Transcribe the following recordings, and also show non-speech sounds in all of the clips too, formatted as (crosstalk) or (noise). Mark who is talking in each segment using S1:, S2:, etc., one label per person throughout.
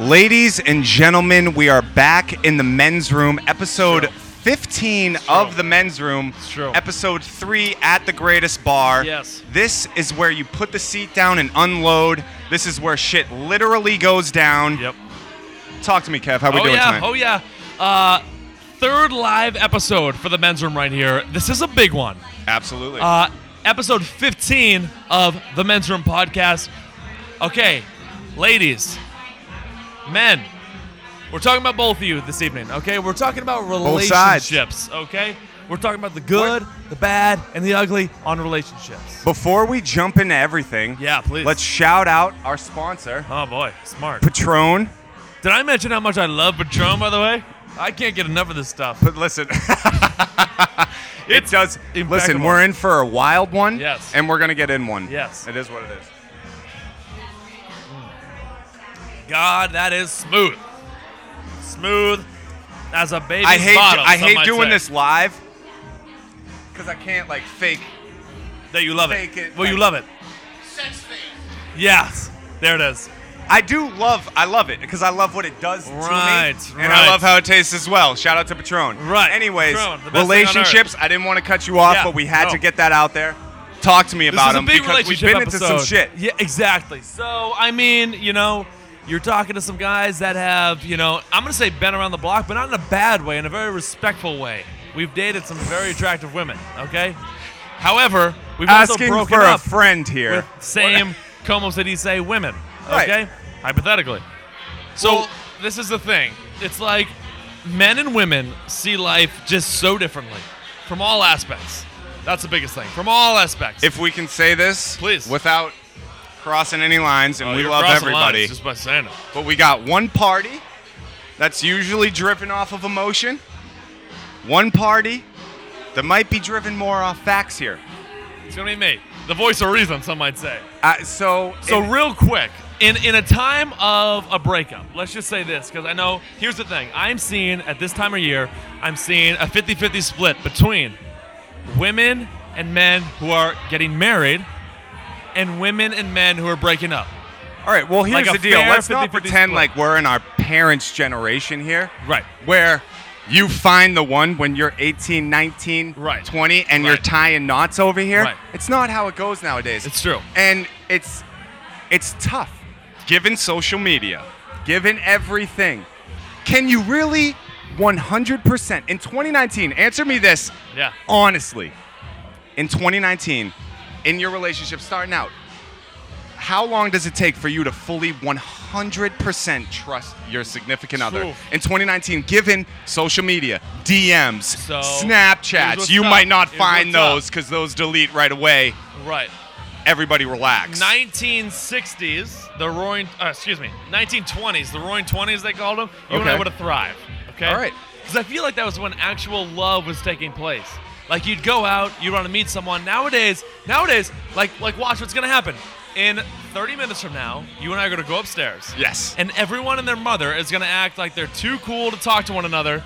S1: Ladies and gentlemen, we are back in the men's room, episode 15 of the men's room,
S2: true.
S1: episode 3 at the greatest bar.
S2: Yes.
S1: This is where you put the seat down and unload. This is where shit literally goes down.
S2: Yep.
S1: Talk to me, Kev. How we
S2: oh
S1: doing
S2: yeah.
S1: tonight?
S2: Oh yeah. Uh, third live episode for the men's room right here. This is a big one.
S1: Absolutely.
S2: Uh, episode 15 of the men's room podcast. Okay, ladies, men, we're talking about both of you this evening. Okay, we're talking about
S1: sides.
S2: relationships. Okay, we're talking about the good, the bad, and the ugly on relationships.
S1: Before we jump into everything,
S2: Yeah, please.
S1: let's shout out our sponsor,
S2: Oh boy, smart.
S1: Patron.
S2: Did I mention how much I love Patron, by the way? I can't get enough of this stuff.
S1: But listen, (laughs) it
S2: It's
S1: does. Listen,
S2: impeccable.
S1: we're in for a wild one.
S2: Yes.
S1: And we're going to get in one.
S2: Yes.
S1: It is what it is.
S2: God, that is smooth. Smooth as a baby's
S1: I hate,
S2: bottom.
S1: I
S2: some
S1: hate
S2: might
S1: doing
S2: say.
S1: this live because I can't, like, fake.
S2: That you love
S1: Fake
S2: it.
S1: it,
S2: well, you
S1: like-
S2: love it. Yes, there it is.
S1: I do love, I love it because I love what it does
S2: Right,
S1: to me, and I
S2: right.
S1: love how it tastes as well. Shout out to Patron.
S2: Right,
S1: Anyways,
S2: Patron, the best thing on earth.
S1: relationships. I didn't want to cut you off,
S2: Yeah,
S1: but we had
S2: no.
S1: to get that out there. Talk to me
S2: This
S1: about
S2: is a
S1: them
S2: big
S1: because we've
S2: relationship
S1: been
S2: episode.
S1: into some shit.
S2: Yeah, exactly. So I mean, you know, you're talking to some guys that have, you know, I'm gonna say been around the block, but not in a bad way, in a very respectful way. We've dated some very attractive women. Okay. However, we've also
S1: Asking
S2: broken
S1: for a
S2: up.
S1: friend here.
S2: with same Como City say women.
S1: Right.
S2: Okay? Hypothetically. So
S1: Well-
S2: this is the thing. It's like men and women see life just so differently. From all aspects. That's the biggest thing. From all aspects.
S1: if we can say this,
S2: Please.
S1: without crossing any lines, and
S2: Oh,
S1: we
S2: you're
S1: love
S2: crossing lines
S1: everybody.
S2: just by saying it.
S1: But we got one party that's usually driven off of emotion, one party that might be driven more off facts here.
S2: It's gonna be me. The voice of reason, some might say.
S1: Uh, so,
S2: So
S1: it-
S2: real quick, in in a time of a breakup, let's just say this because I know here's the thing. I'm seeing at this time of year, I'm seeing a 50-50 split between women and men who are getting married and women and men who are breaking up.
S1: all right, well, here's
S2: like a
S1: the deal.
S2: fair
S1: Let's not
S2: 50-50
S1: pretend
S2: split.
S1: like we're in our parents' generation here,
S2: Right.
S1: where you find the one when you're 18, 19,
S2: Right.
S1: 20, and you're
S2: Right.
S1: tying knots over here.
S2: Right.
S1: It's not how it goes nowadays.
S2: It's true.
S1: and it's it's tough given social media given everything can you really 100% in 2019 answer me this
S2: Yeah.
S1: honestly in 2019 in your relationship starting out how long does it take for you to fully 100% trust your significant other
S2: Oof.
S1: in 2019 given social media dms
S2: So, here's
S1: snapchats
S2: what's
S1: you
S2: up.
S1: might not
S2: Here's
S1: find
S2: what's up.
S1: those because those delete right away
S2: Right.
S1: everybody relax
S2: 1960s, the roaring, uh, excuse me, 1920s, the roaring 20s, they called them, you and I
S1: Okay.
S2: would have thrived. Okay?
S1: All right.
S2: Because I feel like that was when actual love was taking place. Like you'd go out, you'd want to meet someone. Nowadays, nowadays, like like watch what's gonna happen. In 30 minutes from now, you and I are gonna go upstairs.
S1: Yes.
S2: And everyone and their mother is gonna act like they're too cool to talk to one another,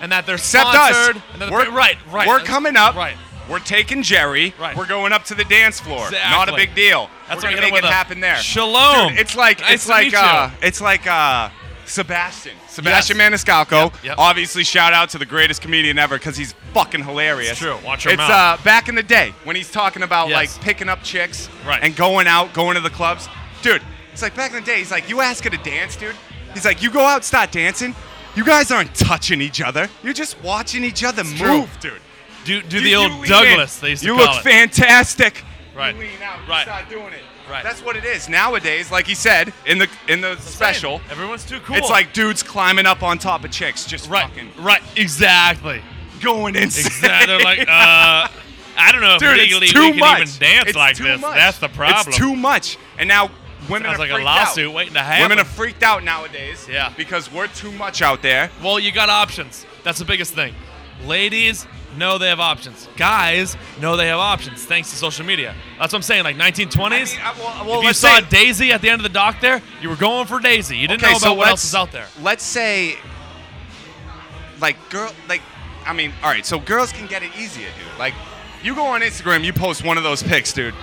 S2: and that they're
S1: Except
S2: sponsored.
S1: us.
S2: And that
S1: We're,
S2: they're, right, right.
S1: We're coming up.
S2: Right.
S1: We're taking Jerry.
S2: Right.
S1: We're going up to the dance floor. Not a
S2: Exactly.
S1: big deal.
S2: That's
S1: we're gonna
S2: what I'm
S1: make
S2: gonna
S1: it
S2: with a
S1: happen there.
S2: shalom.
S1: Dude, it's like
S2: Nice
S1: it's
S2: to
S1: like
S2: meet you.
S1: uh it's like uh Sebastian. Sebastian Maniscalco.
S2: Yep, yep.
S1: Obviously shout out to the greatest comedian ever cuz he's fucking hilarious.
S2: It's true. Watch your
S1: It's
S2: mouth.
S1: uh back in the day when he's talking about
S2: Yes.
S1: like picking up chicks
S2: Right.
S1: and going out, going to the clubs. Dude, it's like back in the day he's like you ask her to dance, dude. He's like you go out start dancing. You guys aren't touching each other. You're just watching each other
S2: true.
S1: move, dude.
S2: Do, do
S1: You-
S2: the old
S1: you lean
S2: Douglas.
S1: in.
S2: They used to
S1: You
S2: call
S1: look
S2: it.
S1: fantastic.
S2: Right.
S1: You lean out. You
S2: Right.
S1: start doing it.
S2: Right.
S1: That's what it is nowadays. Like he said in the in the special,
S2: Everyone's too cool.
S1: it's like dudes climbing up on top of chicks, just
S2: right,
S1: fucking
S2: right, exactly,
S1: going insane.
S2: exactly. They're
S1: (laughs)
S2: like, uh, I don't know if
S1: Dude,
S2: legally
S1: it's too
S2: we can
S1: much.
S2: even dance
S1: It's
S2: like
S1: too
S2: this.
S1: much.
S2: That's the problem.
S1: It's too much. And now women
S2: Sounds
S1: are
S2: like a
S1: freaked
S2: lawsuit
S1: out.
S2: waiting to happen.
S1: Women are freaked out nowadays.
S2: Yeah.
S1: Because we're too much out there.
S2: well, you got options. That's the biggest thing. Ladies know they have options. Guys know they have options thanks to social media. That's what I'm saying. Like 1920s,
S1: I mean, I- well- well,
S2: if you
S1: let's
S2: saw
S1: say-
S2: Daisy at the end of the dock there, you were going for Daisy. You didn't know about what else
S1: let's-
S2: is out there.
S1: Let's say, like, girl, like, I mean, all right, so girls can get it easier, dude. Like, you go on Instagram, you post one of those pics, dude.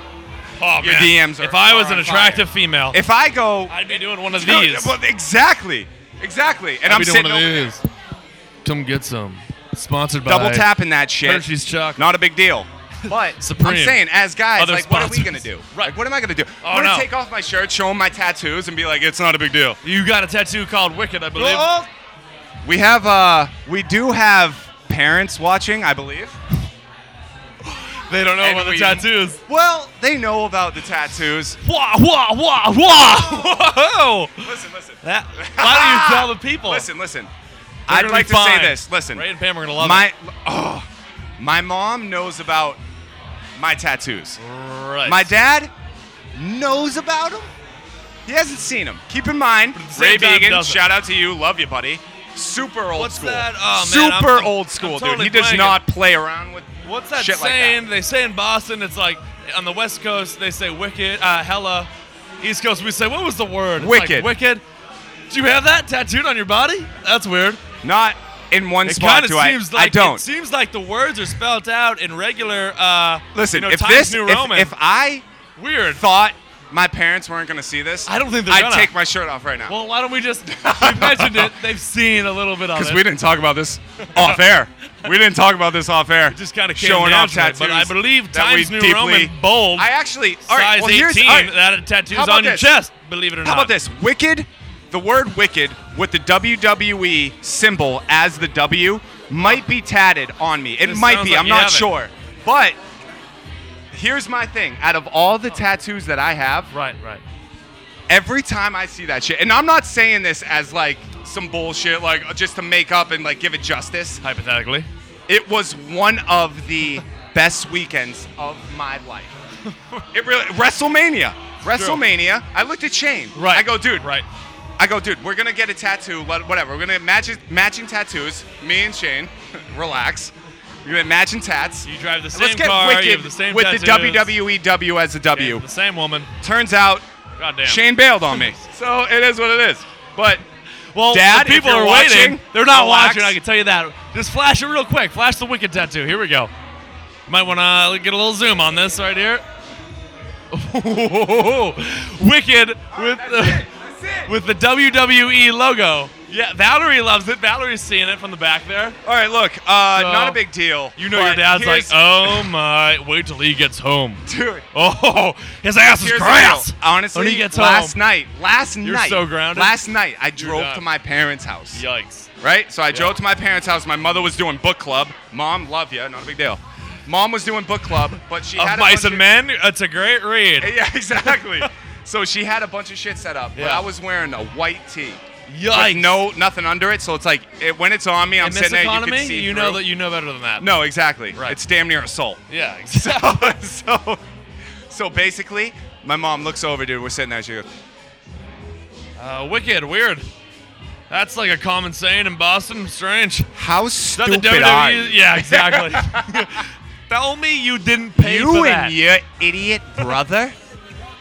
S2: Oh,
S1: Your
S2: man.
S1: DMs are-
S2: If I was
S1: are
S2: an
S1: on fire.
S2: attractive female,
S1: If I go,
S2: I'd be doing (laughs) one of
S1: Dude,
S2: these.
S1: well, exactly, exactly, and
S2: I'd
S1: I'm
S2: be doing
S1: sitting
S2: one of
S1: over there
S2: these. Come get some. Sponsored by
S1: double tapping that shit.
S2: Hershey's chocolate.
S1: Not a big
S2: (laughs)
S1: deal. But
S2: Supreme.
S1: I'm saying, as guys,
S2: Other
S1: like, what are we
S2: sponsors.
S1: gonna do?
S2: Right.
S1: Like, what am I gonna do?
S2: Oh,
S1: I'm gonna
S2: no.
S1: take off my shirt, show them my tattoos, and be like, it's not a big deal.
S2: You got a tattoo called Wicked, I believe.
S1: Well, We have, uh, we do have parents watching, I believe.
S2: They don't know
S1: And
S2: about the
S1: we-
S2: tattoos.
S1: Well, they know about the tattoos.
S2: Wah, wah, wah, wah! (laughs) Whoa!
S1: Listen, listen.
S2: That, why do you tell the people?
S1: Listen, listen.
S2: They're
S1: I'd
S2: gonna
S1: like
S2: Oh. be
S1: to say
S2: fine.
S1: this. Listen,
S2: Ray and Pam are gonna love
S1: my, oh, my mom knows about my tattoos.
S2: it. Right.
S1: My dad knows about him. He hasn't seen him. Keep in mind,
S2: the same
S1: Ray
S2: time,
S1: Began,
S2: doesn't.
S1: shout out to you. Love you, buddy. Super old
S2: What's
S1: school.
S2: that? Oh, man, I'm-
S1: Super
S2: I'm-
S1: old
S2: I'm
S1: school,
S2: totally
S1: dude. He does
S2: blanking.
S1: not play around with
S2: What's that
S1: shit
S2: saying?
S1: like
S2: They say in Boston, it's like on the West Coast they say wicked, uh, hella. East Coast we say what was the word? It's like
S1: Wicked.
S2: wicked. Do you have that tattooed on your body? That's weird.
S1: that. Not in one
S2: It
S1: spot
S2: kind of
S1: do I.
S2: seems
S1: I
S2: like
S1: don't.
S2: It seems like the words are spelled out in regular. Uh,
S1: Listen,
S2: you know,
S1: if
S2: Times
S1: this,
S2: New
S1: if,
S2: Roman.
S1: if I
S2: weird.
S1: thought my parents weren't gonna see this,
S2: I don't think they're
S1: I'd
S2: gonna.
S1: take my shirt off right now
S2: Well, why don't we just? We've mentioned it. They've seen a little bit of
S1: because
S2: it.
S1: we didn't talk about
S2: (laughs)
S1: this off air. We didn't talk about this off air.
S2: just kind of came
S1: showing off
S2: natural,
S1: tattoos.
S2: But I believe
S1: that we
S2: Times New
S1: deeply-
S2: Roman bold,
S1: I actually all right,
S2: size
S1: well,
S2: 18,
S1: here's, all right,
S2: that a tattoo's
S1: How about
S2: on your
S1: this?
S2: chest. Believe it or not.
S1: How about this? Wicked, the word wicked with the WWE symbol as the W might be tatted on me. It
S2: This
S1: might
S2: sounds
S1: be,
S2: like
S1: I'm
S2: you
S1: not
S2: have it.
S1: sure. But here's my thing out of all the tattoos that I have,
S2: Right, right.
S1: every time I see that shit, and I'm not saying this as like some bullshit, like just to make up and like give it justice.
S2: Hypothetically.
S1: It was one of the best weekends of my
S2: (laughs)
S1: life. It really WrestleMania. WrestleMania. I looked at Shane.
S2: Right.
S1: I go, dude.
S2: Right.
S1: I go, dude. We're gonna get a tattoo. let- Whatever. We're gonna get match- matching tattoos. Me and Shane. (laughs) Relax. We're gonna match and tats.
S2: You drive the same
S1: Let's get
S2: car. you
S1: wicked
S2: have the same
S1: with
S2: tattoos,
S1: the WWE W E. as a W.
S2: The same woman.
S1: Turns out,
S2: God damn.
S1: Shane bailed on
S2: (laughs)
S1: me. so it is what it is. But
S2: well,
S1: Dad,
S2: the people
S1: if
S2: are
S1: you're
S2: waiting.
S1: watching,
S2: They're not
S1: relax.
S2: watching. I can tell you that. Just flash it real quick. Flash the wicked tattoo. Here we go. Might want to get a little zoom on this right here. (laughs) wicked with the. with the WWE logo. Yeah, Valerie loves it. Valorie's seeing it from the back there.
S1: All right, look. Uh,
S2: So,
S1: not a big deal.
S2: You know your
S1: but
S2: dad's like,
S1: here's-
S2: oh my, wait till he gets home.
S1: dude.
S2: Oh, his ass is
S1: Here's the
S2: grass.
S1: deal. Honestly,
S2: When he gets
S1: last
S2: home.
S1: night, last night,
S2: so grounded.
S1: Last night, I drove
S2: done.
S1: to my parents' house.
S2: Yikes.
S1: Right, so I drove to my parents' house. My mother was doing book club. Mom, love you, not a big deal. Mom was doing book club, but she had
S2: Of
S1: a bunch
S2: Mice and Men, it's a great
S1: (laughs)
S2: read.
S1: Yeah, exactly. so she had a bunch of shit set up, but
S2: Yeah.
S1: I was wearing a white tee.
S2: Yikes.
S1: With no, nothing under it. So it's like it, when it's on me, I'm
S2: In this
S1: sitting there.
S2: economy,
S1: you can see
S2: know
S1: through.
S2: that you know better than that.
S1: No, exactly.
S2: Right.
S1: It's damn near a soul. (laughs)
S2: Yeah,
S1: So,
S2: exactly.
S1: so, so basically, my mom looks over, dude. We're sitting there. She goes,
S2: Uh, wicked, weird. That's like a common saying in Boston. Strange.
S1: "How
S2: Is that
S1: stupid
S2: the
S1: are
S2: WWE?
S1: E you?
S2: Yeah, exactly. (laughs) Tell me you didn't pay
S1: You
S2: for
S1: and
S2: that.
S1: your idiot brother.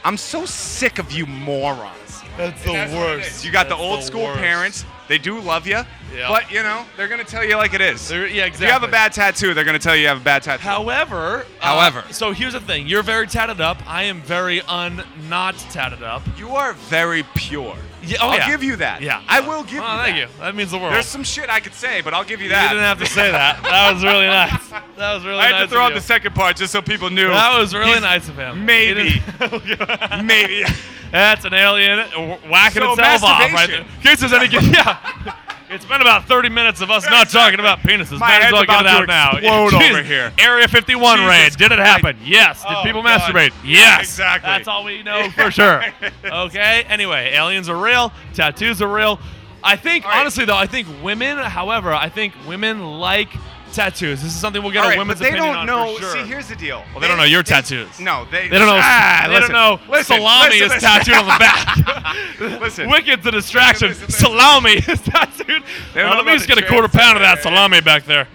S1: I'm so sick of you morons.
S2: That's
S1: That's
S2: the
S1: what it is.
S2: worst.
S1: You got
S2: That's
S1: the old school
S2: worst.
S1: parents. They do love you,
S2: Yeah.
S1: but you know they're gonna tell you like it is.
S2: They're- yeah,
S1: If you have a
S2: exactly.
S1: bad tattoo, they're gonna tell you you have a bad tattoo.
S2: However, uh,
S1: However.
S2: so here's the thing: you're very tatted up. I am very un not tatted up.
S1: you are very pure.
S2: Yeah, oh,
S1: I'll
S2: yeah.
S1: give you that.
S2: Yeah,
S1: I will give
S2: Oh,
S1: you
S2: thank
S1: that.
S2: you. That means the world.
S1: There's some shit I could say, but I'll give you
S2: you
S1: that.
S2: didn't have to say that. That was
S1: (laughs)
S2: really nice. That was really
S1: I
S2: nice.
S1: had to
S2: of
S1: throw out
S2: you.
S1: the second part just so people knew.
S2: That was really
S1: He's-
S2: nice of him.
S1: maybe.
S2: He
S1: (laughs)
S2: (laughs) didn't-
S1: Maybe.
S2: That's an alien wh- whacking
S1: So,
S2: itself off right there.
S1: masturbation.
S2: In case
S1: (laughs)
S2: there's any, yeah. (laughs) It's been about 30 minutes of us not talking about penises.
S1: My
S2: Might as
S1: head's
S2: well get it
S1: about to
S2: out now.
S1: explode
S2: (laughs) Jeez.
S1: over here.
S2: Area 51
S1: Jesus
S2: raid. Did it happen? yes. Did
S1: Oh,
S2: people
S1: God.
S2: masturbate?
S1: Yeah,
S2: Yes.
S1: exactly.
S2: That's all we
S1: (laughs)
S2: know for sure. Okay. Anyway, aliens are real. Tattoos are real. I think,
S1: All right.
S2: honestly, though, I think women, however, I think women like tattoos. This is something we'll get
S1: All
S2: a
S1: right,
S2: women's
S1: but they
S2: opinion
S1: don't
S2: on
S1: know.
S2: for sure.
S1: See, here's the deal. Well,
S2: they don't know your tattoos.
S1: No, they.
S2: They don't know.
S1: Ah,
S2: (laughs) they
S1: listen,
S2: don't know.
S1: Listen,
S2: salami
S1: listen, (laughs)
S2: is
S1: listen.
S2: tattooed on the back.
S1: Listen.
S2: (laughs) Wicked's a distraction.
S1: Listen, listen.
S2: Salami is (laughs) tattooed.
S1: They don't
S2: Now,
S1: know
S2: let me
S1: about
S2: just
S1: the
S2: get a quarter
S1: trans-
S2: pound of that
S1: Yeah.
S2: salami back there.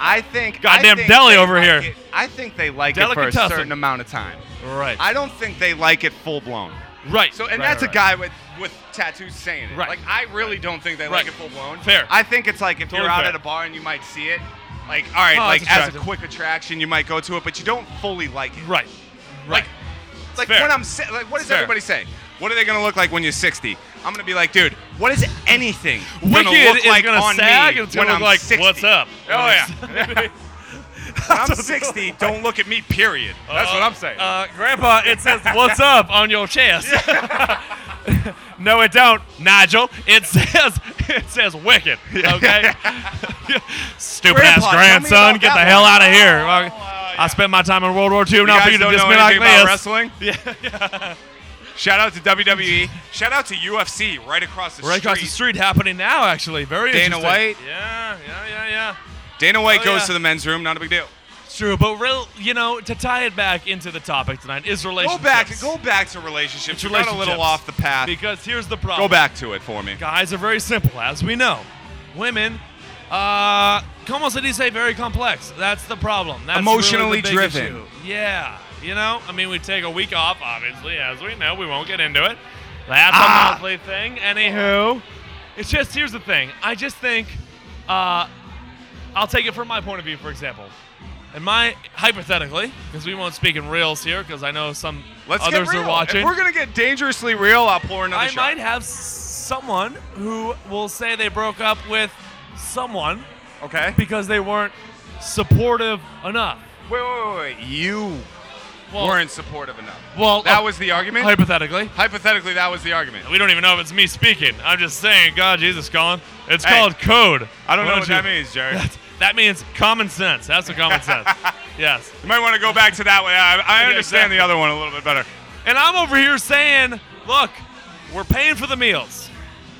S1: I think. I
S2: Goddamn
S1: think
S2: deli
S1: they
S2: over
S1: like
S2: here.
S1: it- I think they like it for a
S2: Delicatessen.
S1: certain amount of time.
S2: Right.
S1: I don't think they like it full blown.
S2: right.
S1: So, and
S2: Right,
S1: that's
S2: right.
S1: a guy with with tattoos saying it.
S2: Right.
S1: Like, I really don't think they
S2: Right.
S1: like it full blown.
S2: Fair.
S1: I think it's like if
S2: Totally
S1: you're out
S2: fair.
S1: at a bar and you might see it. Like, all right,
S2: Oh,
S1: like
S2: that's
S1: as a
S2: attractive.
S1: quick attraction, you might go to it, but you don't fully like it.
S2: Right. Right.
S1: Like, Like
S2: fair.
S1: when I'm si- like, what does
S2: Fair.
S1: everybody say? What are they gonna look like when you're 60? I'm gonna be like, dude, what is anything gonna
S2: Wicked
S1: look
S2: is
S1: like
S2: gonna
S1: on
S2: sag
S1: me
S2: and it's
S1: when
S2: gonna
S1: I'm
S2: look like,
S1: 60?
S2: what's up?
S1: Oh
S2: (laughs)
S1: yeah. when I'm 60, don't look at me. Period. That's what I'm saying.
S2: Uh, Grandpa, it says "What's up" on your chest. (laughs) no, it don't, Nigel. It says it says "Wicked."
S1: (laughs)
S2: Okay. Stupid
S1: Grandpa,
S2: ass
S1: tell me
S2: grandson,
S1: about
S2: get the
S1: that
S2: hell
S1: one.
S2: out of here.
S1: Oh,
S2: I-
S1: uh,
S2: I spent my time in World War II.
S1: you
S2: Now for
S1: guys
S2: you to
S1: don't
S2: diss
S1: know
S2: me like
S1: anything about
S2: this.
S1: wrestling. Yeah.
S2: (laughs)
S1: Shout out to WWE. Shout out to UFC right across the
S2: Right
S1: street.
S2: across the street, happening now. Actually, very
S1: Dana
S2: interesting.
S1: White.
S2: Yeah, yeah, yeah, yeah.
S1: Dana White
S2: Oh,
S1: goes
S2: yeah.
S1: to the men's room. Not a big deal.
S2: It's true, but real, you know, to tie it back into the topic tonight is
S1: Go
S2: relationships.
S1: back. Go back to relationships.
S2: It's
S1: You got a little
S2: relationships.
S1: off the path.
S2: Because here's the problem.
S1: Go back to it for me.
S2: Guys are very simple, as we know. Women, uh, como se dice, very complex. That's the problem. That's
S1: Emotionally
S2: really the big
S1: driven.
S2: issue. Yeah. You know, I mean, we take a week off, obviously, as we know. We won't get into it. That's
S1: Ah.
S2: a monthly thing. Anywho, it's just, here's the thing. I just think, uh, I'll take it from my point of view, for example. And my, hypothetically, because we won't speak in reels here, because I know some
S1: Let's
S2: others
S1: get real.
S2: are watching.
S1: If we're gonna get dangerously real, I'll pour another
S2: I
S1: shot.
S2: might have someone who will say they broke up with someone
S1: Okay.
S2: because they weren't supportive enough.
S1: Wait, wait, wait, wait. You
S2: Well,
S1: weren't supportive enough.
S2: well,
S1: That
S2: uh,
S1: was the argument.
S2: hypothetically.
S1: Hypothetically, that was the argument.
S2: We don't even know if it's me speaking. I'm just saying, God, Jesus, Colin. It's
S1: Hey,
S2: called code.
S1: I don't
S2: Why
S1: know what
S2: you-
S1: that means, Jerry.
S2: That, (laughs) that means common sense. That's what common
S1: (laughs)
S2: sense. Yes.
S1: You might want to go back to that one. I, I
S2: Yeah,
S1: understand
S2: exactly.
S1: the other one a little bit better.
S2: And I'm over here saying, look, we're paying for the meals.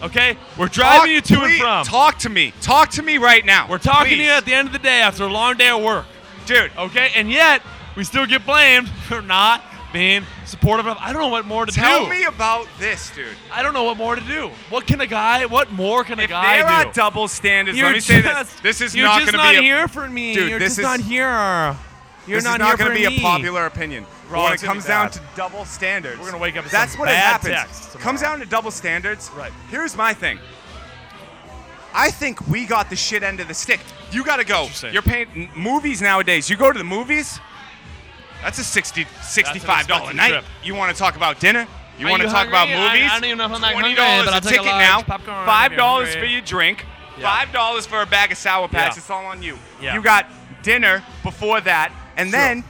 S2: Okay? We're driving you to
S1: please-
S2: and from.
S1: Talk to me. Talk to me right now.
S2: we're talking to
S1: Please.
S2: you at Oh, the end of the day after a long day at work.
S1: dude.
S2: Okay, and yet we still get blamed (laughs) for not being supportive of. I don't know what more to
S1: Tell
S2: do.
S1: me about this, dude.
S2: I don't know what more to do. What can a guy? What more can a
S1: If
S2: guy
S1: there
S2: do?
S1: are double standards,
S2: You're
S1: let me say this.
S2: just-
S1: This is
S2: you're
S1: not
S2: just
S1: going to
S2: not
S1: be a,
S2: here for me.
S1: Dude,
S2: you're
S1: this
S2: just not
S1: is-
S2: here. You're
S1: this
S2: not,
S1: is not
S2: here
S1: going
S2: for
S1: to be
S2: me.
S1: a popular opinion. But
S2: Wrong,
S1: when it
S2: it's gonna
S1: comes
S2: be
S1: down
S2: bad.
S1: to double standards,
S2: We're gonna wake up to
S1: That's
S2: some
S1: what it
S2: bad
S1: happens.
S2: texts tomorrow.
S1: Comes down to double standards.
S2: Right.
S1: Here's my thing. I think we got the shit end of the stick. You got to go.
S2: Interesting.
S1: You're paying n- movies nowadays. You go to the movies. That's a 60 $65
S2: expensive
S1: night.
S2: trip.
S1: You want to talk about dinner? You
S2: Are
S1: want to
S2: you
S1: talk about
S2: hungry? I-
S1: movies?
S2: I don't even know if I'm
S1: $20
S2: that hungry, but I'll
S1: a
S2: take a
S1: ticket
S2: large
S1: now.
S2: popcorn if
S1: Five
S2: you're
S1: dollars for
S2: hungry.
S1: your drink.
S2: Yeah.
S1: Five dollars for a bag of sour patch.
S2: Yeah.
S1: It's all on you.
S2: Yeah.
S1: You got dinner before that, and then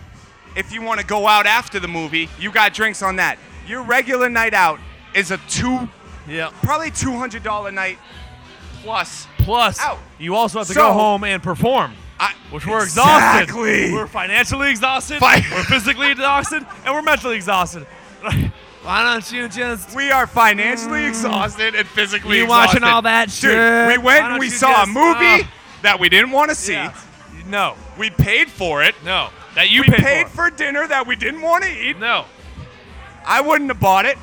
S1: if you want to go out after the movie, you got drinks on that. Your regular night out is a two,
S2: Yeah.
S1: probably two hundred dollar night plus.
S2: Plus,
S1: Out.
S2: you also have to
S1: So-
S2: go home and perform.
S1: I,
S2: Which we're
S1: Exactly.
S2: exhausted. We're financially exhausted.
S1: Fi-
S2: we're physically exhausted, and we're mentally exhausted. (laughs) Why don't you just
S1: We are financially exhausted and physically
S2: You
S1: exhausted.
S2: watching all that
S1: Dude,
S2: shit?
S1: we went
S2: Why
S1: and
S2: don't
S1: we
S2: you
S1: saw a
S2: just-
S1: movie
S2: uh,
S1: that we didn't want to see.
S2: Yeah. No,
S1: We paid for it.
S2: no. That you
S1: we
S2: paid,
S1: paid for
S2: for.
S1: dinner that we didn't want to eat.
S2: No.
S1: I wouldn't have bought it.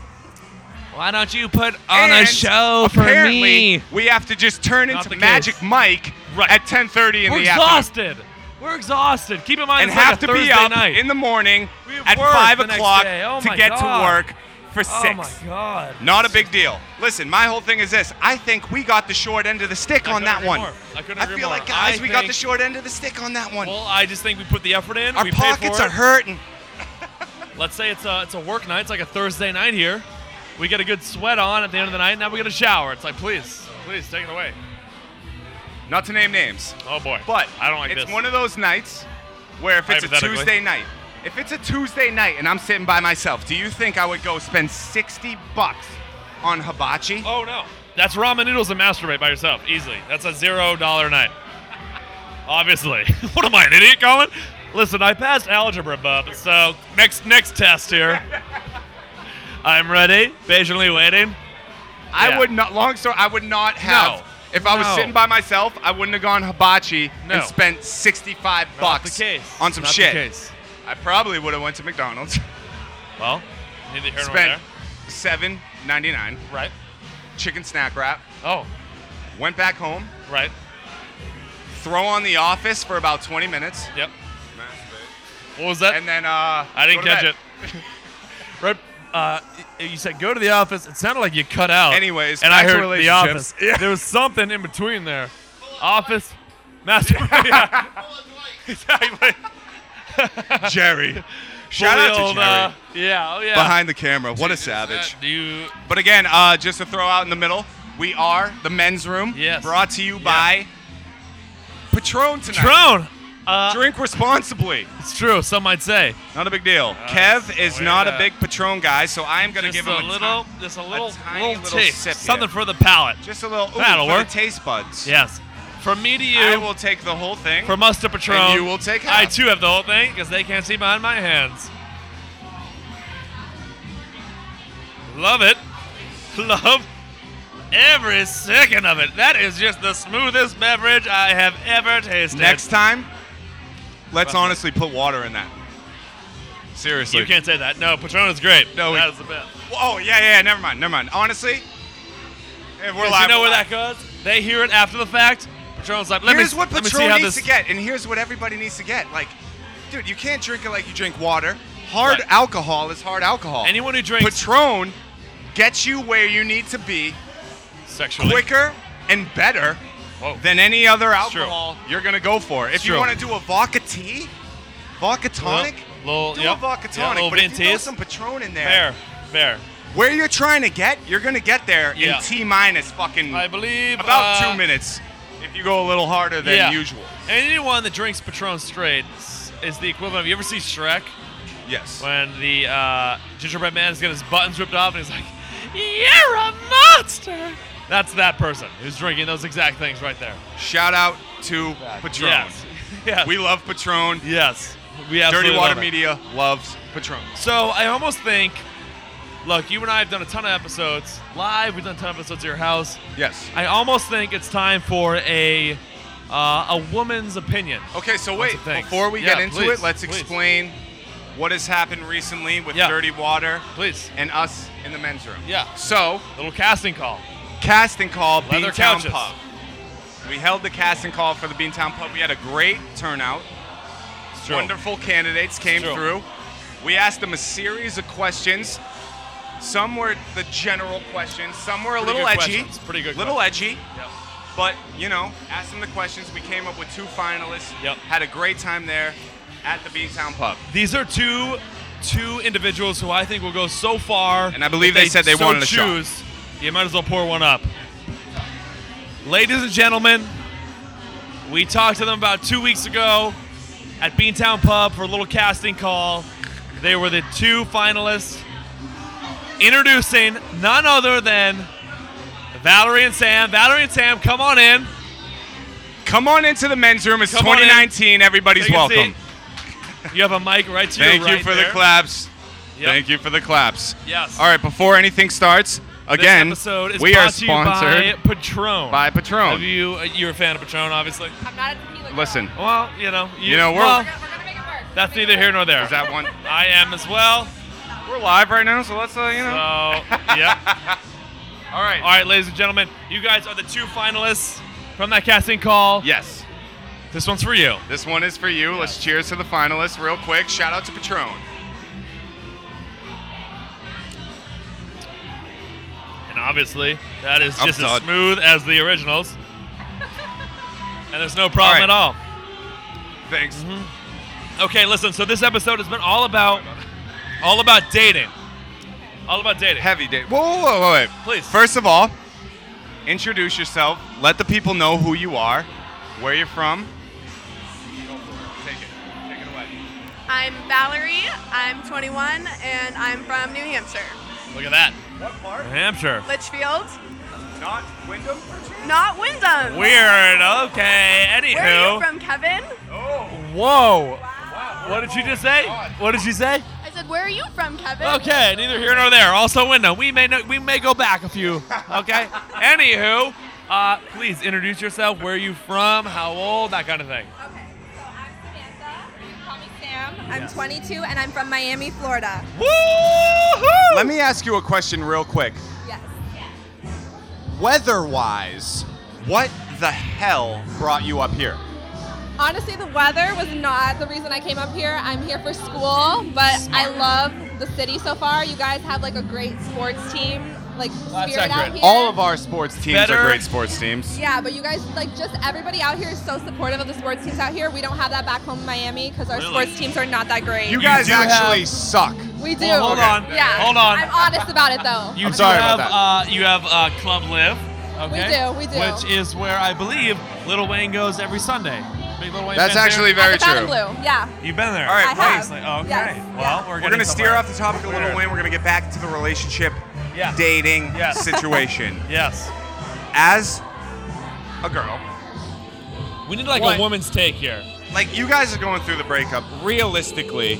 S2: Why don't you put on a
S1: And
S2: show for
S1: apparently,
S2: me?
S1: We have to just turn
S2: Not
S1: into
S2: the case.
S1: Magic Mike
S2: Right.
S1: at 10:30 in
S2: We're
S1: the afternoon,
S2: exhausted. We're exhausted. Keep in mind,
S1: and
S2: it's like
S1: have
S2: a
S1: to
S2: Thursday
S1: be up
S2: night.
S1: in the morning
S2: We
S1: at
S2: work
S1: five
S2: the next
S1: o'clock
S2: day. Oh
S1: to
S2: my
S1: get to
S2: God.
S1: work for
S2: oh
S1: six.
S2: my god.
S1: Not a big deal. Listen, my whole thing is this: I think we got the short end of the stick
S2: I
S1: on
S2: couldn't
S1: that
S2: agree
S1: one.
S2: more. I couldn't agree
S1: feel
S2: more.
S1: like guys,
S2: I
S1: we got
S2: think-
S1: the short end of the stick on that one.
S2: Well, I just think we put the effort in.
S1: Our
S2: we paid
S1: pockets
S2: for
S1: are
S2: it.
S1: hurting.
S2: Let's say it's a it's a work night. It's like a Thursday night here. We get a good sweat on at the end of the night. Now we get a shower. It's like, please, please take it away.
S1: Not to name names,
S2: Oh boy.
S1: But
S2: I don't like
S1: it's
S2: this.
S1: one of those nights where if it's a
S2: Hypothetically.
S1: Tuesday night, if it's a Tuesday night and I'm sitting by myself, do you think I would go spend 60 bucks on hibachi?
S2: Oh no. That's ramen noodles and masturbate by yourself easily. That's a zero dollar night. Obviously. (laughs) what am I, an idiot, Colin? Listen, I passed algebra, bub. So next next
S1: (laughs)
S2: test here. I'm ready. Patiently waiting.
S1: I
S2: yeah.
S1: would not. Long story. I would not have.
S2: No.
S1: If I was
S2: No.
S1: sitting by myself, I wouldn't have gone hibachi
S2: No.
S1: and spent 65
S2: Not
S1: bucks
S2: the case.
S1: on some
S2: Not the
S1: shit.
S2: case.
S1: I probably would have went to McDonald's, (laughs)
S2: Well, need to hear one there.
S1: spent 7.99
S2: Right.
S1: chicken snack wrap,
S2: Oh,
S1: went back home,
S2: right.
S1: throw on the office for about 20 minutes,
S2: Yep. What was that?
S1: and then uh,
S2: I didn't
S1: go to
S2: catch
S1: bed.
S2: it.
S1: (laughs)
S2: right. Uh, y- you said go to the office. It sounded like you cut out.
S1: Anyways,
S2: and I
S1: back to
S2: heard the
S1: relationships.
S2: office.
S1: Yeah.
S2: There was something in between there. Office, (laughs) master. Yeah. exactly.
S1: Jerry. Shout out to
S2: Fully
S1: Jerry.
S2: over. Yeah, oh yeah.
S1: behind the camera. What a
S2: Is that-
S1: savage.
S2: Do you
S1: But again, uh, just to throw out in the middle, we are the men's room.
S2: Yes.
S1: Brought to you by Patron tonight.
S2: Drone? Uh,
S1: Drink responsibly.
S2: it's true. Some might say.
S1: Not a big deal. Kev
S2: so
S1: is
S2: we're
S1: not a
S2: gonna-
S1: big Patron guy, so I am going to
S2: Just
S1: give
S2: a
S1: him a,
S2: little,
S1: ti-
S2: just a little,
S1: tiny
S2: little,
S1: little
S2: taste.
S1: sip here.
S2: Something for the palate.
S1: just a little. Ooh,
S2: That'll
S1: for
S2: work.
S1: The taste buds.
S2: Yes. From me to you,
S1: I will take the whole thing.
S2: from us to Patron.
S1: And you will take
S2: I
S1: half.
S2: too have the whole thing because they can't see behind my hands. Love it. (laughs) Love every second of it. That is just the smoothest beverage I have ever tasted.
S1: Next time, let's
S2: Roughly.
S1: honestly put water in that. Seriously.
S2: You can't say that. No, Patron is great.
S1: No, we-
S2: that is the best.
S1: Oh yeah, yeah. Never mind. Never mind. Honestly, if we're
S2: 'Cause
S1: live.
S2: you know
S1: we're
S2: where
S1: live.
S2: that goes? They hear it after the fact. Patron's like, let
S1: here's
S2: me,
S1: what
S2: let me
S1: Patron
S2: see how
S1: needs
S2: this.
S1: to get, and here's what everybody needs to get. Like, dude, you can't drink it like you drink water. Hard
S2: Right.
S1: alcohol is hard alcohol.
S2: Anyone who drinks
S1: Patron gets you where you need to be
S2: sexually.
S1: quicker and better
S2: Whoa.
S1: than any other
S2: true.
S1: alcohol you're gonna go for. If you
S2: true.
S1: want to do a vodka tea, vodka tonic,
S2: little-
S1: do
S2: yep.
S1: a vodka
S2: Yeah,
S1: tonic.
S2: little
S1: but if you throw
S2: Vintes.
S1: some Patron in there,
S2: fair, fair.
S1: where you're trying to get, you're gonna get there
S2: Yeah.
S1: in t minus fucking
S2: I believe
S1: about
S2: uh,
S1: two minutes. If you go a little harder than
S2: yeah.
S1: usual.
S2: Anyone that drinks Patron straight s- is the equivalent of you ever see Shrek
S1: Yes.
S2: when the uh, gingerbread man has got his buttons ripped off and he's like, "You're a monster." That's that person who's drinking those exact things right there.
S1: Shout out to Patron.
S2: Yes. (laughs) yes.
S1: We love Patron.
S2: yes. We absolutely
S1: Dirty Water
S2: love it.
S1: Media loves Patron.
S2: So I almost think, look, you and I have done a ton of episodes live. We've done a ton of episodes at your house.
S1: Yes.
S2: I almost think it's time for a uh, a woman's opinion.
S1: Okay, so
S2: Lots
S1: wait.
S2: of thanks.
S1: Before we
S2: Yeah,
S1: get into
S2: please,
S1: it, let's
S2: please.
S1: explain what has happened recently with
S2: Yeah.
S1: Dirty Water
S2: Please,
S1: and us in the men's room.
S2: Yeah.
S1: So,
S2: little casting call.
S1: casting call,
S2: Leather
S1: Beantown
S2: couches.
S1: Pub. We held the casting call for the Beantown Pub. We had a great turnout.
S2: It's
S1: Wonderful candidates came
S2: True.
S1: through. We asked them a series of questions. Some were the general questions. Some were a
S2: Pretty
S1: little
S2: good
S1: edgy.
S2: questions. Pretty good
S1: Little edgy.
S2: Yep.
S1: But you know, asked them the questions. We came up with two finalists.
S2: Yep.
S1: Had a great time there at the Beantown Pub.
S2: These are two two individuals who I think will go so far.
S1: And I believe
S2: if
S1: they said they
S2: so
S1: wanted a shot.
S2: choose, You might as well pour one up. Ladies and gentlemen, we talked to them about two weeks ago at Beantown Pub for a little casting call. They were the two finalists. Introducing none other than Valerie and Sam. Valerie and Sam, come on in.
S1: Come on into the men's room. It's
S2: Come on in.
S1: 2019. Everybody's
S2: Take a
S1: welcome.
S2: seat. You have a mic right to
S1: Thank
S2: your right
S1: you for
S2: there.
S1: the claps.
S2: Yep.
S1: Thank you for the claps.
S2: Yes.
S1: All right, before anything starts,
S2: This
S1: again,
S2: episode is
S1: we
S2: brought
S1: are
S2: to you
S1: sponsored
S2: by Patron.
S1: by
S2: Have
S1: Patron.
S2: you? uh, You're a fan of Patron, obviously.
S3: I'm not a tequila girl.
S1: Listen,
S2: Well, you know. You,
S1: You know, we're-
S2: well,
S3: We're gonna, we're gonna make it work.
S2: that's
S3: Make it
S2: neither here
S3: work.
S2: nor there.
S1: is that one?
S2: I am as well.
S1: We're live right now, so let's, uh, you
S2: So,
S1: know. (laughs)
S2: yeah.
S1: All right.
S2: All right, ladies and gentlemen, you guys are the two finalists from that casting call.
S1: Yes.
S2: This one's for you.
S1: This one is for you. Let's cheers to the finalists real quick. Shout out to Patron.
S2: And obviously, that is
S1: I'm
S2: just as
S1: done.
S2: smooth as the
S1: (laughs)
S2: originals. and there's no problem at all.
S1: Thanks.
S2: Mm-hmm. Okay, listen. So this episode has been all about, all about dating, all about dating.
S1: Heavy day. Whoa, whoa, whoa, whoa, wait.
S2: Please.
S1: First of all, introduce yourself. Let the people know who you are, where you're from. Take it. Take it away.
S3: I'm Valerie. I'm 21 and I'm from New Hampshire,
S2: Look at that,
S1: What part?
S2: New Hampshire.
S3: Litchfield,
S1: Not Wyndham?
S3: not Wyndham.
S2: Weird. Okay.
S3: Where are you
S2: Anywho.
S3: from, Kevin?
S1: Oh.
S2: Whoa. What did you just say? What did you say?
S3: I said, where are you from, Kevin?
S2: Okay. Neither here nor there. Also, window. We may know, we may go back a few.
S3: (laughs)
S2: Okay. Anywho, uh, please introduce yourself. Where are you from? How old? That kind of thing.
S4: Okay, so I'm Samantha. You can call me Sam. I'm 22 and I'm from Miami, Florida.
S2: Woo-hoo!
S1: Let me ask you a question real quick.
S4: Yes.
S1: Weather wise, what the hell brought you up here?
S4: Honestly, the weather was not the reason I came up here. I'm here for school, but I love the city so far. You guys have like a great sports team. like
S2: That's
S4: spirit out
S2: accurate.
S4: here.
S1: All of our sports teams
S2: Better-
S1: are great sports teams.
S4: Yeah, but you guys, like, just everybody out here is so supportive of the sports teams out here. We don't have that back home in Miami because our
S2: Really?
S4: sports teams are not that great.
S1: You guys
S2: do
S1: actually
S2: have-
S1: suck.
S4: we do.
S2: Well, hold on.
S4: Yeah.
S2: Hold on.
S4: I'm honest about it though.
S2: You
S1: I'm
S2: do
S1: sorry
S2: have
S1: about
S2: uh, you have uh, Club Live.
S4: We
S2: Okay.
S4: do, we do.
S2: Which is where I believe Little Wayne goes every Sunday. Big Little Wayne.
S1: That's
S2: fan here?
S1: actually
S4: At
S1: very
S4: the Fountain
S1: true.
S4: Blue. Yeah.
S2: You've been there.
S5: All right,
S4: I have.
S2: Obviously. Oh, okay.
S4: Yes.
S2: Well, we're,
S5: We're going to steer off the topic a
S2: Weird.
S5: little, Wayne. We're going to get back to the relationship,
S2: Yeah.
S5: dating
S2: Yeah. (laughs)
S5: situation.
S2: Yes.
S5: As a girl,
S2: We need like
S1: What?
S2: a woman's take here.
S1: Like you guys are going through the breakup. Realistically,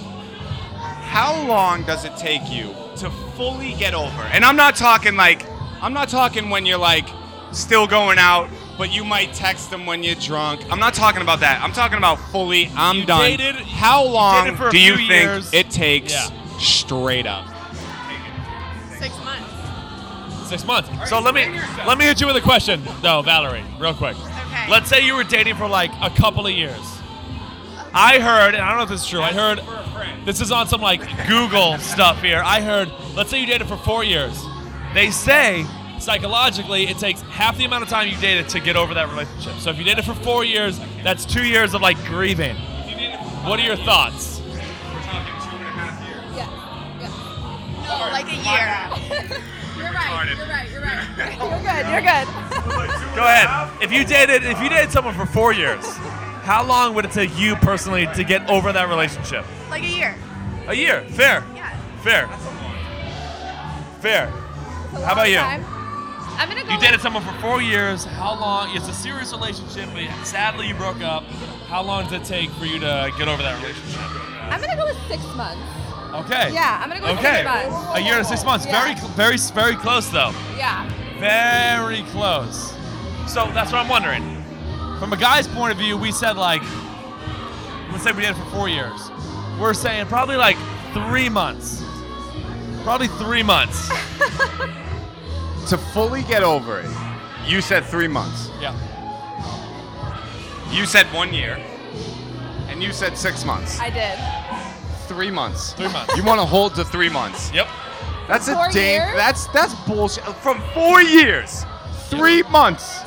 S1: how long does it take you to fully get over? And I'm not talking like I'm not talking when you're like still going out, but you might text them when you're drunk. I'm not talking about that. I'm talking about fully I'm
S2: You
S1: done.
S2: dated-
S1: how
S2: dated
S1: long
S2: for a
S1: do you
S2: few
S1: think
S2: years.
S1: it takes
S2: Yeah.
S1: straight up?
S3: Six months.
S2: Six months. so let me let me hit you with a question, though, Valerie, real quick.
S3: Okay.
S2: Let's say you were dating for like a couple of years. I heard, and I don't know if this is true. I heard this is on some like Google stuff here. I heard, let's say you dated for four years. They say psychologically it takes half the amount of time you dated to get over that relationship. So if you dated for four years, that's two years of like grieving. What are your thoughts?
S4: Yeah. yeah.
S3: No, like a year.
S4: (laughs) You're right. You're right.
S2: (laughs)
S4: You're right. You're good. You're good.
S2: Go ahead. If you dated, if you dated someone for four years, how long would it take you personally to get over that relationship?
S3: (laughs) Like a year.
S2: A year. Fair.
S3: Yeah.
S2: Fair. Fair. How about you?
S4: Time. I'm gonna go.
S2: You
S4: with-
S2: dated someone for four years. How long? It's a serious relationship, but sadly you broke up. How long does it take for you to get over that relationship?
S4: I'm gonna go with six months.
S2: Okay.
S4: Yeah, I'm gonna go with
S2: Okay.
S4: six months.
S2: A year to six months.
S4: Yeah.
S2: Very, cl- very, very close though.
S4: Yeah.
S2: Very close. So that's what I'm wondering. From a guy's point of view, we said like, let's say we did it for four years. We're saying probably like three months. Probably three
S4: (laughs)
S2: months.
S1: To fully get over it, you said three months.
S2: yeah.
S1: You said one year, and you said six months.
S4: I did.
S1: Three months.
S2: Three months.
S1: You want to hold to three months.
S2: Yep.
S1: That's a
S4: Four
S1: dang.
S4: years?
S1: That's that's bullshit. From four years, three months.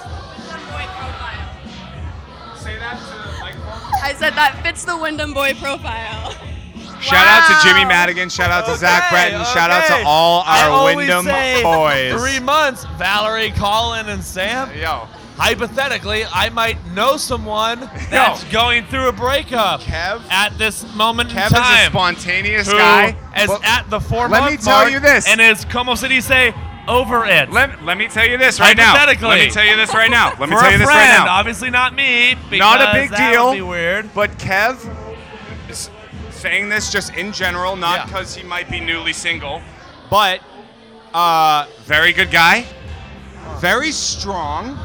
S1: Say that to the microphone.
S3: I said that fits the Wyndham boy profile. (laughs)
S5: shout out to Jimmy
S3: Wow.
S5: Madigan, shout out to Zach
S2: Okay,
S5: Breton, shout out
S2: okay.
S5: to all
S2: I
S5: our
S2: always
S5: Wyndham
S2: say
S5: boys.
S2: Three months, Valerie, Colin, and Sam.
S1: Yo,
S2: Hypothetically, I might know someone that's going through a breakup
S1: Kev.
S2: at this moment
S1: Kevin's
S2: in time.
S1: a spontaneous
S2: who
S1: guy.
S2: is
S1: but-
S2: at the four
S1: let me
S2: month
S1: tell
S2: mark
S1: you this.
S2: and is como se dice over it.
S5: let, let me tell you this right now. Let
S2: Hypothetically.
S5: me tell you this right now. Let me
S2: For
S5: tell
S2: a
S5: you this right
S2: friend,
S5: now.
S2: obviously not me.
S5: Not a
S2: because
S5: big
S2: that
S5: deal.
S2: Would be weird.
S1: But Kev,
S5: Saying this just in general, not
S2: Yeah.
S5: because he might be newly single.
S1: but uh,
S5: Very good guy,
S1: very strong,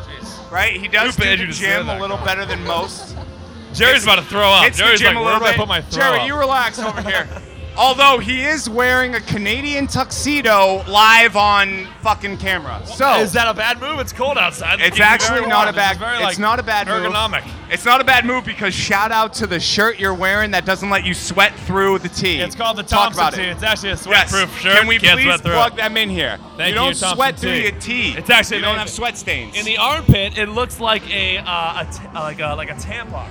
S5: right? He does
S2: Too bad
S5: do the
S2: you just said
S5: gym
S2: that.
S5: a little better than most.
S2: Jerry's about to throw up.
S5: hits the
S2: Jerry's
S5: gym
S2: like,
S5: a
S2: where
S5: little
S2: do I
S5: bit.
S2: put my throw
S1: Jerry,
S2: up?
S1: you relax
S2: (laughs)
S1: over here. Although he is wearing a Canadian tuxedo live on fucking camera, so
S2: is that a bad move? It's cold outside.
S1: It's
S2: Keep it
S1: actually
S2: very
S1: not
S2: warm.
S1: a
S2: This is
S1: bad-
S2: Very,
S1: it's
S2: like,
S1: not a bad move.
S2: ergonomic.
S1: It's not a bad move because shout out to the shirt you're wearing that doesn't let you sweat through the tee.
S2: It's called the
S1: Talk
S2: Thompson
S1: about
S2: tee.
S1: it.
S2: It's actually a
S1: Yes.
S2: sweatproof shirt.
S1: Can we
S2: Can't
S1: please
S2: sweat through
S1: plug
S2: it.
S1: them in here?
S2: Thank
S1: you don't
S2: you, Thompson
S1: sweat through
S2: tee.
S1: your tee.
S2: It's actually
S1: you don't have
S2: amazing.
S1: sweat stains.
S2: In the armpit, it looks like a, uh, a t- uh, like a like a tampon.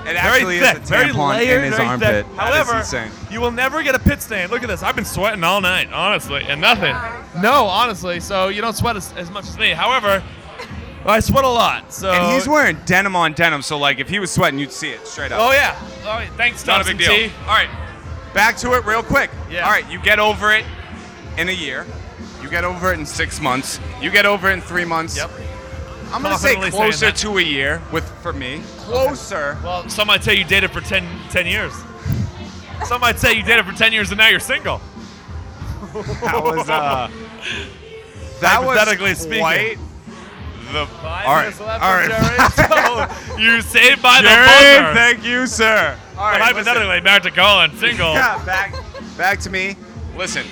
S5: It
S2: Very
S5: actually
S2: thick,
S5: is a
S2: very
S5: tampon
S2: layered,
S5: in his
S2: very
S5: armpit.
S2: thick.
S5: That is
S2: However,
S5: insane.
S2: you will never get a pit stain. Look at this. I've been sweating all night, honestly, and nothing. No, honestly. So you don't sweat as, as much as me. However, I sweat a lot. So
S5: And he's wearing denim on denim, so like if he was sweating, you'd see it straight up.
S2: Oh yeah. All right. Thanks,
S5: Not a
S2: Thompson
S5: big deal.
S2: T.
S5: All right, back to it real quick.
S2: Yeah.
S5: All right, you get over it.
S1: in a year, you get over it in six months. You get over it in three months.
S2: Yep.
S1: I'm gonna say
S2: Confidently saying
S1: closer
S2: that.
S1: to a year with for me. Closer.
S2: Well, some might say you dated for 10, 10 years. Some might say you dated for ten years and now you're single.
S1: That was (laughs) uh, that was
S2: Hypothetically speaking.
S1: quite the
S2: Five
S1: all
S2: minutes
S1: right,
S2: left
S1: all
S2: of
S1: right.
S2: Jerry. (laughs) so you saved by the
S1: Jerry,
S2: buzzer.
S1: thank you, sir. All
S2: But
S1: right, listen.
S2: hypothetically, back to Colin, single.
S1: Yeah, back, back to me. Listen,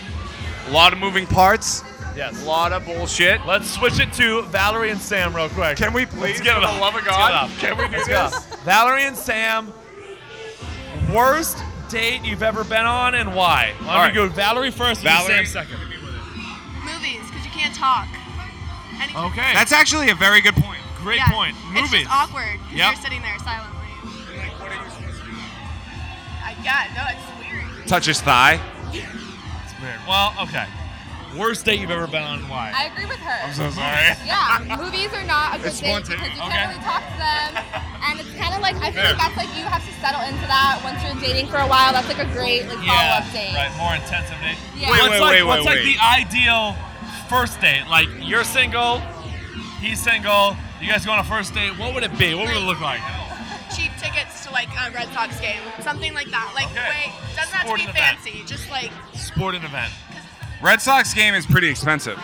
S1: a lot of moving parts, a
S2: Yes.
S1: lot of bullshit.
S2: Let's switch it to Valerie and Sam real quick.
S1: Can we please,
S2: Let's get
S1: for
S2: it
S1: the
S2: up.
S1: love of
S2: Let's
S1: God, can
S2: get
S1: we do
S2: Yeah.
S1: this?
S2: Valerie and Sam, worst date you've ever been on and why? Why don't
S1: All
S2: we go Valerie first and
S1: Valerie,
S2: Sam second?
S3: can't talk. Any- (laughs)
S2: Okay.
S1: That's actually a very good point.
S2: Oh, great
S3: Yeah,
S2: point.
S3: It's
S2: Movies.
S3: just awkward. 'cause
S2: Yep.
S3: You're sitting there silently. Uh, yeah, no, it's weird.
S1: Touch his thigh.
S2: It's weird. Well, okay. Worst date you've ever been on and why?
S4: I agree with her.
S2: so sorry.
S4: (laughs) yeah, movies are not a good
S1: It's
S4: thing
S1: spontaneous.
S4: because you
S2: Okay.
S4: can't really talk to them, and it's kind of like I feel like that's like you have to settle into that once you're dating for a while. That's like a great like
S2: Yeah.
S4: follow up date.
S2: Right. More intensive date.
S4: Yeah.
S1: Wait,
S2: what's
S1: wait,
S2: like,
S1: wait,
S2: what's
S1: wait,
S2: like
S1: wait.
S2: the ideal first date? Like you're single, he's single. You guys go on a first date. What would it be? What would it look like?
S3: Cheap tickets to like a Red Sox game, something like that. Like,
S2: Okay.
S3: wait, doesn't have to be
S2: Sporting event.
S3: fancy. Just like,
S2: Sporting event.
S1: Red Sox game is pretty expensive.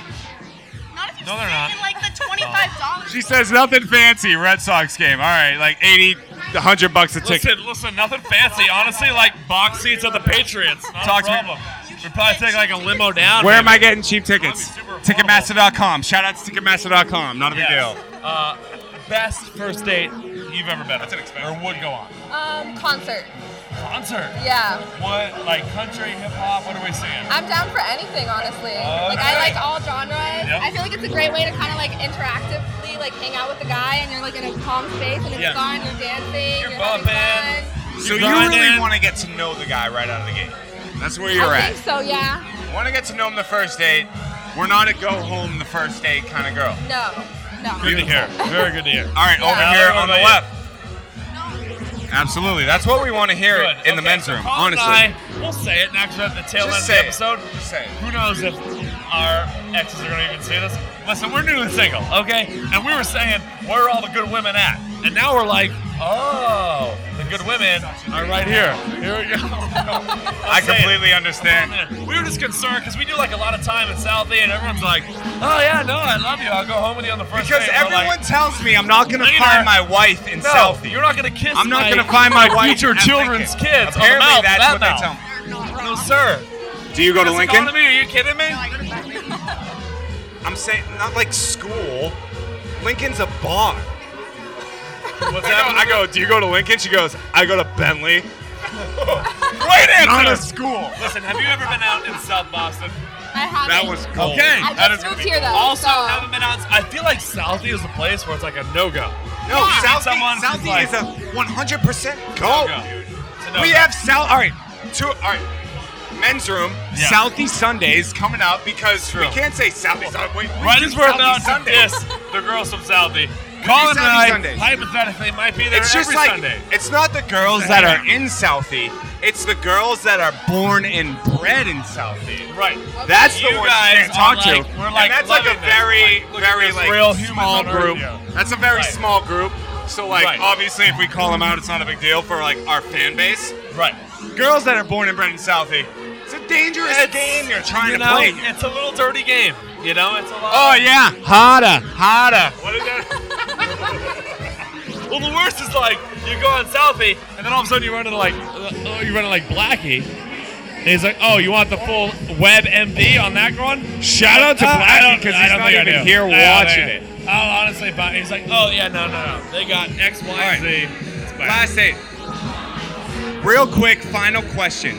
S3: not if you're
S2: No, they're
S3: sitting
S2: not.
S3: in like the twenty-five dollars.
S1: She says nothing fancy. Red Sox game. All right, like 80, 100 bucks a ticket.
S2: Listen, listen, nothing fancy. Honestly, like box seats at the Patriots. Not
S1: Talk
S2: a
S1: to me.
S2: problem. We probably take like a limo down.
S1: Where am I
S2: maybe.
S1: getting cheap tickets?
S2: Probably super affordable.
S1: Ticketmaster.com. Shout out to Ticketmaster.com. Not a big
S2: Yes.
S1: deal.
S2: Uh, best first date you've ever been That's an expensive or would go on.
S4: Um, concert.
S2: Concert.
S4: Yeah.
S2: What like country, hip hop? What are we saying?
S4: I'm down for anything, honestly. Like
S2: Okay.
S4: I like all genres.
S2: Yep.
S4: I feel like it's a great way to kind of like interactively like hang out with the guy, and you're like in a calm space, and it's
S2: Yes.
S4: fun. You're dancing.
S2: You're
S4: You're, having
S2: bumping.
S4: fun.
S1: So you
S2: Grinding.
S1: really want to get to know the guy right out of the gate. That's where you're
S4: I
S1: at.
S4: think so. Yeah.
S1: Want to get to know him the first date. We're not a go home the first date kind of girl.
S4: No. No.
S2: Good to hear. Very good to hear.
S1: All right, over
S2: Yeah.
S1: here
S2: Now
S1: on the
S2: we're
S1: left. Absolutely. That's what we want to hear
S2: Good.
S1: in the
S2: Okay,
S1: men's
S2: so
S1: room,
S2: Colin and
S1: honestly.
S2: I, we'll say it next at the tail end of
S1: Just
S2: the
S1: say it.
S2: episode.
S1: Just say it.
S2: Who knows if our exes are going to even see this? Listen, we're newly single, okay? And we were saying, where are all the good women at? And now we're like, oh, the good women are right here. Here we go. (laughs)
S1: I completely understand.
S2: We were just concerned because we do like a lot of time in Southie, and everyone's like, "Oh yeah, no, I love you. I'll go home with you on the first
S1: Because
S2: date." We're
S1: everyone
S2: like,
S1: tells me I'm not gonna
S2: Later.
S1: find my wife in
S2: no,
S1: Southie.
S2: you're not gonna kiss.
S1: I'm not
S2: my
S1: gonna find my wife
S2: future
S1: at
S2: children's
S1: Lincoln.
S2: kids.
S1: Apparently,
S2: on the mouth,
S1: that's
S2: that
S1: what
S2: mouth.
S1: they tell me.
S3: You're not wrong.
S2: No, sir.
S1: Do you go to
S2: Just call
S1: Lincoln?
S2: me? Are you kidding me?
S3: No, I go to Beckman.
S1: I'm saying not like school. Lincoln's a bar.
S2: What's
S1: I
S2: that?
S1: go. Do you go to Lincoln? She goes. I go to Bentley. (laughs) right answer. Not a school.
S2: Listen, have you ever been out in South Boston?
S4: I haven't.
S1: That was cold.
S2: Okay.
S4: I
S2: That is
S4: just
S2: gonna
S4: moved
S2: be-
S4: here though.
S2: Also,
S4: so.
S2: haven't been out. I feel like Southie is a place where it's like a no go.
S1: No, Southie,
S2: someone who's
S1: Southie
S2: like-
S1: is a 100% go.
S2: No
S1: We have South. All right, two. All right, men's room.
S2: Yeah.
S1: Southie Sundays coming out because we
S2: True.
S1: can't say Southie Sunday. Wait, we
S2: Right
S1: do
S2: as we're
S1: Southie
S2: about to
S1: Sundays.
S2: diss the girls from Southie, Colin and
S1: Southie
S2: I
S1: Sundays.
S2: hypothetically might be there
S1: It's
S2: every
S1: just like
S2: Sunday.
S1: it's not the girls that are in Southie. It's the girls that are born and bred in Southie.
S2: Right.
S1: That's
S2: You
S1: the ones
S2: guys
S1: you can't talk
S2: are like-
S1: to.
S2: we're like
S1: and that's like a
S2: loving this.
S1: very,
S2: Like, look at
S1: very
S2: this
S1: like
S2: real human
S1: small
S2: on Earth
S1: group.
S2: here.
S1: That's a very
S2: Right.
S1: small group. So like
S2: Right.
S1: obviously if we call them out, it's not a big deal for like our fan base.
S2: Right.
S1: Girls that are born and bred in Southie. It's a dangerous
S2: It's-
S1: game you're trying
S2: you
S1: to
S2: know,
S1: play.
S2: it's a little dirty game. You know, it's a lot.
S1: Oh yeah, harder, harder.
S2: What is that? well, the worst is like you go on Southie, and then all of a sudden you run into like, uh, oh, you run into like Blackie. And he's like, "Oh, you want the full web MD on that one?" Shout
S1: out to Blackie 'cause he's not even here watching it.
S2: I'll Oh, honestly buy. He's like, "Oh yeah, no, no, no. They got X, Y, and Z." It's bad.
S1: Last eight. Real quick, final question.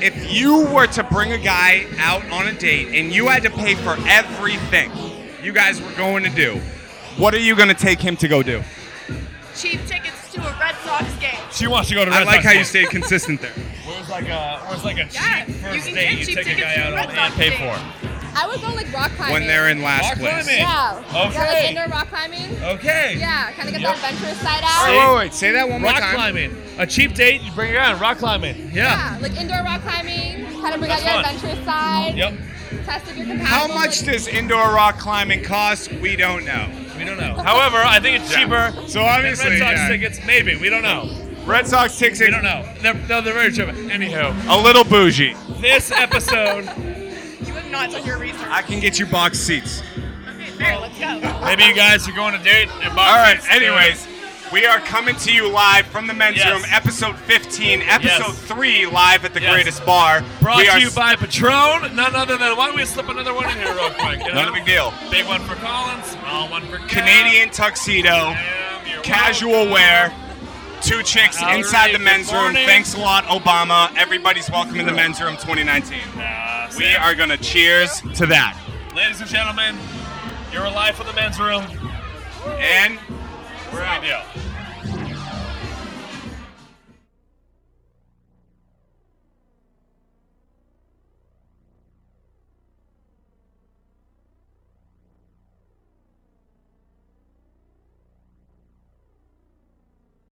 S1: If you were to bring a guy out on a date and you had to pay for everything you guys were going to do, what are you going to take him to go do?
S3: Cheap tickets to a Red Sox game.
S2: She wants to go to.
S1: I
S2: Red
S1: like
S2: Sox
S1: how you
S2: (laughs) game.
S1: stayed consistent there.
S2: Where's like a where's like a cheap
S3: Yeah, you
S2: first
S3: can
S2: date
S3: get
S2: you
S3: cheap
S2: take a
S3: tickets
S2: guy
S3: to
S2: out
S3: Red
S2: on and
S3: Sox
S2: pay
S3: games.
S2: for?
S4: I would go like rock climbing.
S1: When they're in last
S2: Rock
S1: place.
S2: climbing.
S4: Yeah. Yeah,
S2: Okay.
S4: like indoor rock climbing.
S2: Okay.
S4: Yeah, kind of get
S2: Yep.
S4: the adventurous side
S1: All
S4: out.
S1: right, wait, wait, wait. Say that one more
S2: Rock
S1: time.
S2: climbing. A cheap date, you bring her out. Rock climbing.
S4: Yeah, like indoor rock climbing, kind of bring out
S2: That's
S4: your
S2: fun.
S4: adventurous side.
S2: Yep.
S4: Test if you're compatible.
S1: How much
S4: with-
S1: does indoor rock climbing cost? We don't know.
S2: We don't know. However, I think it's cheaper.
S1: So
S2: than
S1: obviously,
S2: Red Sox
S1: yeah.
S2: tickets, maybe. We don't know.
S1: Red Sox tickets.
S2: We don't know. They're, no, they're very cheap. Anywho,
S1: A little bougie.
S2: this episode,
S3: You have not done your research.
S1: I can get you box seats.
S3: okay, fair. Let's go.
S2: (laughs) maybe you guys are going to date. And
S1: All right. Anyways, we are coming to you live from the men's
S2: Yes.
S1: room, episode 15, episode
S2: Yes.
S1: three, live at the
S2: Yes.
S1: greatest bar.
S2: brought
S1: we
S2: to
S1: are
S2: you by Patron. None other than why don't we slip another one in here real quick? (laughs) you
S1: Not
S2: know?
S1: a big deal.
S2: Big one for Collins. Small one for Kev.
S1: Canadian tuxedo,
S2: Damn, you're
S1: casual
S2: welcome.
S1: wear. Two chicks
S2: All
S1: inside
S2: right,
S1: the
S2: good
S1: men's room.
S2: morning.
S1: Thanks a lot, Obama. Everybody's welcome in the men's room 2019.
S2: Nah,
S1: We
S2: Sam.
S1: are gonna cheers to that.
S2: Ladies and gentlemen, you're alive for the men's room.
S1: And
S2: We're out.